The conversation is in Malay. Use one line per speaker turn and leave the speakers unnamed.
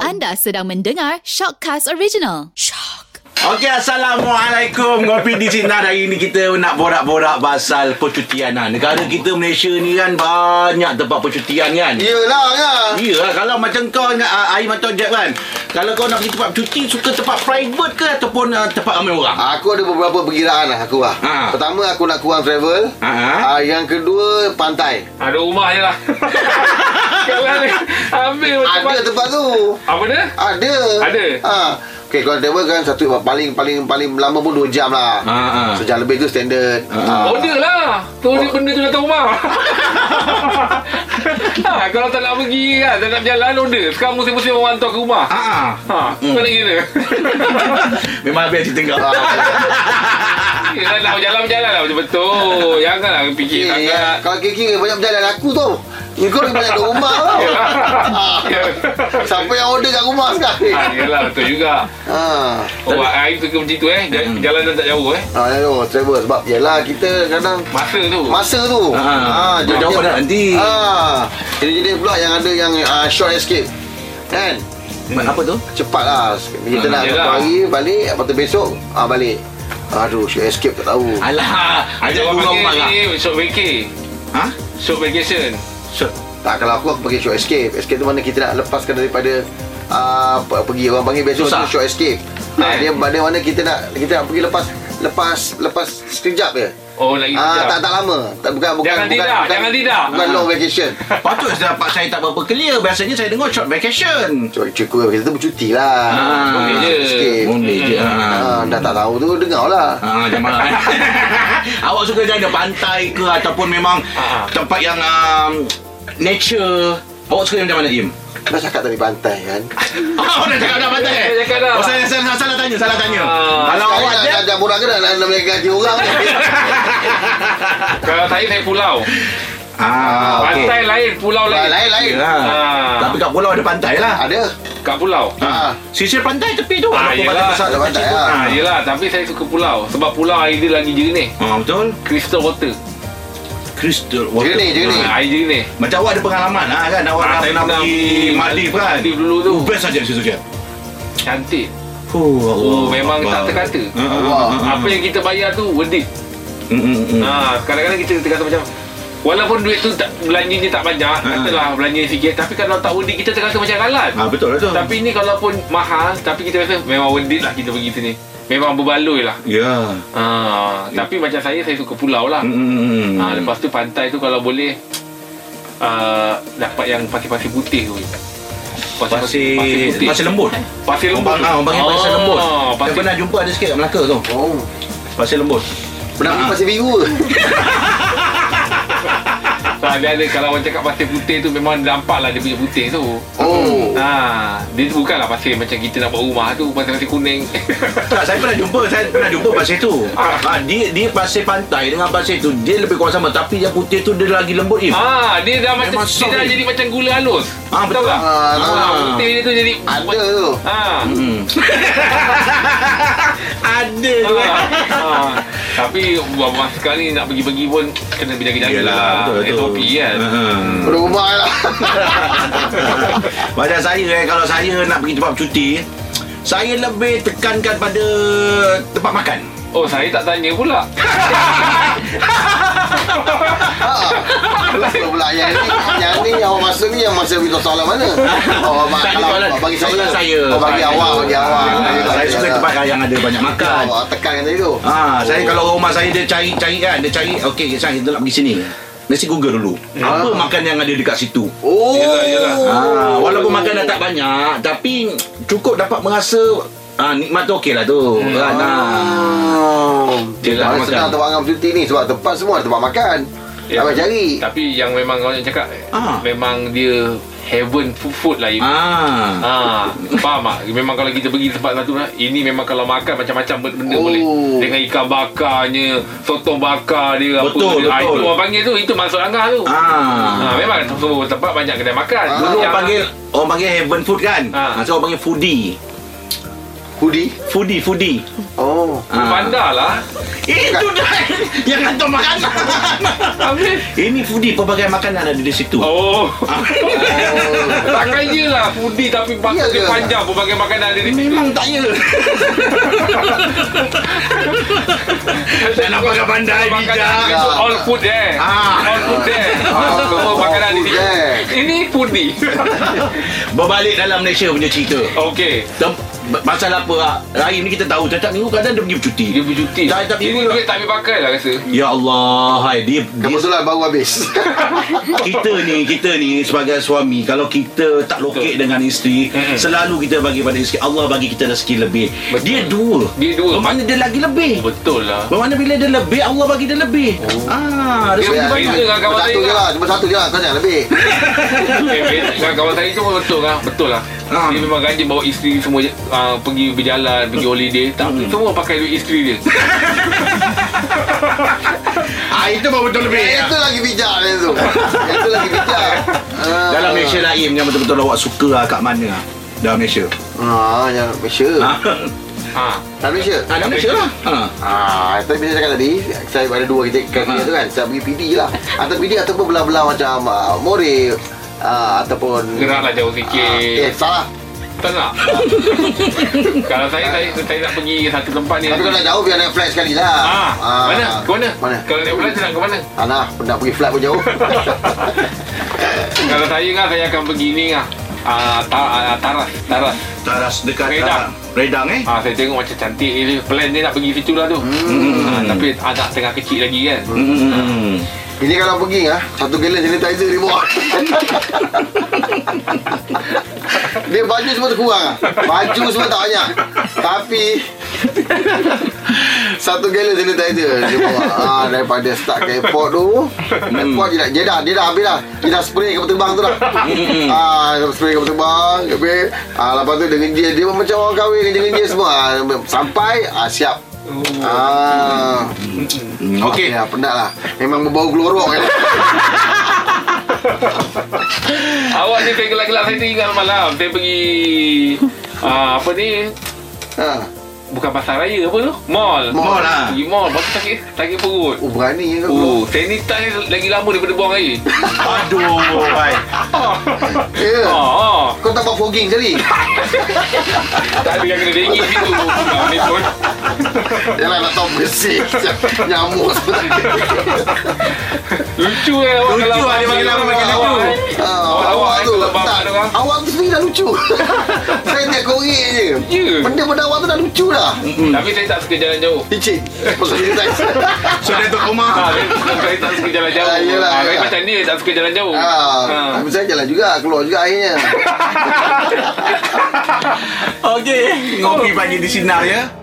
Anda sedang mendengar Shockcast Original.
Okey, Assalamualaikum. Ngopi di Sinar. Hari ini kita nak borak-borak pasal percutian. Lah. Negara kita Malaysia ni kan banyak tempat percutian kan.
Yelah kan
Ya lah, kalau macam kau dengan uh, Aim atau Jeb kan Kalau kau nak pergi tempat cuti Suka tempat private ke Ataupun uh, tempat ramai orang
Aku ada beberapa perkiraan lah aku lah
Ha.
Pertama aku nak kurang travel
Ha, ha.
Ah, Yang kedua pantai
Ada rumah je lah Kalau ada Ambil tempat
Ada tempat tu
Apa dia?
Ada
Ada?
ha. Okay kurang travel kan satu Paling paling paling lama pun 2 jam lah
Ha, Oh, ha.
Sejam lebih tu standard ha.
Order lah Tu dia benda tu datang rumah ha, Kalau tak nak pergi kan Tak nak berjalan order Sekarang musim-musim orang hantar ke rumah
Ha, ha.
Ha,
Hmm.
kau nak kira
Memang habis cerita kau
Ah,
Ah,
Yelah nak berjalan-berjalan lah Betul-betul Janganlah fikir
Okay,
sangat
Kalau kira-kira banyak berjalan aku tu
Ya.
Kau lebih banyak kat rumah tau ha.
Ya.
Siapa yang order kat rumah sekarang
Ha, yelah betul juga
ha.
Oh, Aim suka macam tu eh
Hmm.
Jal- Jalanan tak jauh eh
Ha, no, travel sebab Yelah kita kadang
Masa tu
Masa tu Ah, kan?
Ha, ha.
jadi
Jauh-jauh
dia-
dah nanti.
ha. Jenis-jenis pula yang ada yang uh, short escape Kan
Apa tu?
Cepat lah Kita
Hmm,
nak
yelah.
satu hari balik Lepas tu besok ah, Balik Aduh short escape tak tahu
Alah Ajak
Ada orang
orang rumah lah
panggil ni Short vacay
Ha?
Short vacation
Short
Tak kalau aku aku pergi short escape Escape tu mana kita nak lepaskan daripada uh, pergi orang panggil besok
Susah.
tu short escape
Eh.
ha, Dia mana mana kita nak Kita nak pergi lepas Lepas Lepas sekejap je
Oh lagi
Ah,
sekejap.
tak tak lama. Tak bukan bukan
Jangan
bukan,
tidak,
bukan,
jangan tidak.
Bukan long vacation.
Patut dapat saya tak berapa clear Biasanya saya dengar short vacation
Cukup cukup kita tu bercuti lah.
Ah,
Eh, boleh je.
Sikit.
Boleh je ha.
Ah, dah tak tahu tu dengar lah.
Ah, jangan marah. eh. Awak suka jalan ke pantai ke ataupun memang
Ah.
tempat yang um, nature. Awak suka yang macam mana Im?
Dah cakap tadi pantai kan.
Oh, dah cakap dah pantai.
Dah cakap dah.
Oh, saya, saya, salah tanya, salah tanya.
Ah.
Kalau awak
Sekarang
je
dah, dah murah ke dah nak nak beli gaji orang ni.
Kalau saya naik pulau
Ah, okey.
Pantai lain Pulau lain,
Lain lain.
Yalah.
Ah.
Tapi kat pulau ada pantai lah.
Ada.
Kat pulau
Ah.
Sisir pantai tepi tu.
Ah,
Walaupun
yelah.
pantai besar
Ada
tu
pantai
kecil pun.
lah.
ah, Yelah Tapi saya suka pulau Sebab pulau air dia lagi jernih
Ah, betul.
Crystal water
Crystal water.
Jernih, jernih.
ah, Air jernih
Macam awak ada pengalaman lah kan Awak
Ah,
dah
saya
pernah
pernah
pergi
pergi
Maldives kan
Maldives dulu tu.
Oh, Best saja situ je
Cantik
Oh,
Oh, memang tak terkata.
Uh, Hmm.
Apa yang kita bayar tu Worth it
Mm,
ah, Kadang-kadang kita terkata macam Walaupun duit tu tak, belanjanya tak banyak
Ah.
Katalah belanjanya sikit Tapi kalau tak worth it Kita terkata macam kalat
Ah betul lah tu.
Tapi ni kalaupun mahal Tapi kita rasa Memang worth it lah kita pergi sini Memang berbaloi lah
ya.
ah, Tapi macam saya Saya suka pulau lah
Hmm.
Ha, lepas tu pantai tu kalau boleh uh, dapat yang pasir-pasir putih tu.
pasir pasir lembut.
Pasir lembut.
Orang ah, orang panggil pasir
Ah,
lembut. Saya
Pasir
pernah jumpa ada sikit kat Melaka tu.
Oh.
Pasir lembut.
Pernah pergi pasir biru.
Ah, dia ada kalau orang cakap pasir putih tu memang nampak lah dia punya putih tu.
Oh.
Ha, dia tu bukanlah pasir macam kita nak buat rumah tu pasir-pasir kuning.
Tak, saya pernah jumpa, saya pernah jumpa pasir tu.
Ah.
Ah, dia dia pasir pantai dengan pasir tu, dia lebih kurang sama tapi yang putih tu dia lagi lembut im.
ah, dia dah macam
Memang
dia
soft
dah
ni.
jadi macam gula halus.
Ah, betul.
tak?
Ah,
Ah,
ah.
putih dia tu jadi
Ada tu.
Ah.
Hmm. Ada tu. eh.
Ah, ah. Tapi buat masa sekarang ni nak pergi-pergi pun kena berjaga-jaga
Yelah,
lah.
betul lah tu.
SOP kan.
Ah.
Berumah lah.
Macam saya eh, kalau saya nak pergi tempat cuti, saya lebih tekankan pada tempat makan.
Oh, saya tak tanya pula.
Kenapa pula yang ni? Yang ni yang awak masa ni yang masa minta soalan mana? Oh, ma-
Tak ada
kalau
soalan.
awak bagi saya.
Soalan saya.
Oh, bagi
Saya
awak,
tu.
bagi awak.
Ah, Saya suka tempat yang ada banyak makan.
Awak tekankan tadi tu.
Ah, saya kalau rumah saya dia cari-cari kan, dia cari okey sekarang kita nak pergi sini. Mesti Google dulu. Apa makan yang ada dekat situ?
Ah. Oh.
Yelah, yelah.
Ah, walaupun makanan tak banyak tapi cukup dapat merasa ah, nikmat tu okey lah tu. Hmm. Kan, ah.
Oh.
Yelah,
Mana
makan.
senang tempat orang cuti ni sebab tempat semua ada tempat makan.
Ya.
Abang cari.
Tapi yang memang orang cakap
Ah.
memang dia heaven food food lah. Ah.
Ah.
Ah, faham tak? Memang kalau kita pergi tempat satu lah, ini memang kalau makan macam-macam benda
Oh.
boleh. Dengan ikan bakarnya, sotong bakar dia,
Betul,
apa dia. Ah,
betul.
itu orang panggil tu, itu masuk langgar tu.
Ah.
Ah, memang semua tempat banyak kedai makan.
Dulu
Yang-
orang panggil orang panggil heaven food kan.
Ah.
Ha. Sekarang orang panggil foodie.
Hoodie
Foodie, foodie.
Oh
Ah.
Bandar lah
Itu dah yang hantar makanan.
Habis
Ini foodie pelbagai makanan ada di situ.
Oh Takkan yelah Foodie
Ya
tapi Bakar
ke?
dia panjang Berbagai makanan ada ni
Memang tak ya. Dah nak pakai pandai
Makanan
bijak.
itu All food there
Ah.
All food there
Ah,
Semua makanan
all
di
food
sini
there.
Ini foodie
Berbalik dalam Malaysia punya cerita.
Okay
Tem- Pasal apa ah? Rahim ni kita tahu Setiap minggu kadang dia pergi bercuti
Dia bercuti
Dah, tapi
Ini
pula-
duit tak habis pakai lah rasa
Ya Allah hai, dia, dia,
Kebetulan baru habis
Kita ni Kita ni sebagai suami Kalau kita tak lokek
Betul.
dengan isteri
Mm-mm.
Selalu kita bagi pada isteri Allah bagi kita rezeki lebih
Betul.
Dia dua
Dia dua.
Bermakna dia lagi lebih
Betul lah
Bermakna bila dia lebih Allah bagi dia lebih Ah,
Dia
Rezeki
beza
banyak
dengan
Cuma
kawan
satu
saya
je
lah
lah Cuma satu je lah Kau jangan lebih
Eh, beza dengan kawan saya tu memang betul lah Betul lah
Ah.
Dia memang rajin bawa isteri semua ah, Pergi berjalan Pergi holiday Tapi semua pakai duit isteri dia
ah, Itu baru betul lebih
Yang
ya.
itu lagi bijak Yang tu Yang tu lagi bijak Ah.
Dalam Malaysia lain Yang betul-betul awak suka lah kat mana ah? Dalam Malaysia
Ah, yang Malaysia
Ah,
Ha
Dalam Malaysia
Dalam Malaysia lah Ah.
Ah, tapi bila cakap tadi Saya ada dua kita
Ah.
Ha.
kaki tu kan Saya pergi PD lah Atau PD ataupun belah-belah macam ah, More ah, Ataupun
Geraklah lah jauh sikit
Eh, salah
Tak nak Kalau saya saya, saya nak pergi satu tempat ni
Tapi kalau nak jauh biar naik flight sekali lah
Ah, mana? Ke mana?
Mana?
Kalau naik bulan, saya nak ke mana?
Tak nak, nak pergi flight pun jauh
Kalau saya kan, saya akan pergi ni lah. Ah, ta, ah, taras, taras.
Taras dekat ah,
Redang.
Redang eh
Ah, saya tengok macam cantik ni. Plan dia nak pergi situ lah tu. Ah, tapi anak tengah kecil lagi kan.
Hmm.
Ini kalau pergi ah, satu galon sanitizer dia bawa. dia baju semua terkurang ah. Baju semua tak banyak. Tapi satu galon sanitizer dia bawa. Ah, daripada start ke airport tu, airport dia dah, dia dah, dia dah habis dah. Dia dah spray kapal terbang tu dah. ah, dia spray kapal terbang, habis ah, lepas tu dia ngeje, dia macam orang kahwin ngeje-ngeje semua. Ah, sampai ah, siap. Ah.
Hmm, Okey.
Okey lah, penat lah. Memang berbau gelorok kan.
Awak ni saya gelak-gelak saya tinggal malam. Saya pergi... Ah, apa ni?
ha.
Bukan pasar raya apa tu? Mall.
Mall lah.
Pergi mall. Lepas tu sakit, sakit perut.
Oh, berani kan
Oh, sanitize lagi lama daripada buang air.
Aduh, hai.
Ya.
Ah, ah.
Kau tak buat fogging sekali.
Tak ada yang kena dengit situ. Kau ni pun.
Yalah lah nak tahu bersih. Nyamuk semua.
Lucu eh awak
Lucu,
kalau
ah, dia makin lama makin
awak,
lucu.
eh. Awak-
Ah,
Awak
awak tu
tu
tak,
lah.
awak tu sendiri dah lucu. Saya tak korek je.
Ya.
Benda pada awak tu dah lucu dah.
Hmm.
Tapi saya tak suka jalan jauh
Licin. Pasal dia tak.
So dia tu
Ah,
koma.
saya, saya tak suka jalan jauh.
Ah, yelah,
Ah, saya
yelah.
macam ni tak suka jalan jauh. Ha.
Ah, tapi saya jalan juga, keluar juga akhirnya.
Okey, ngopi pagi di sinar ya.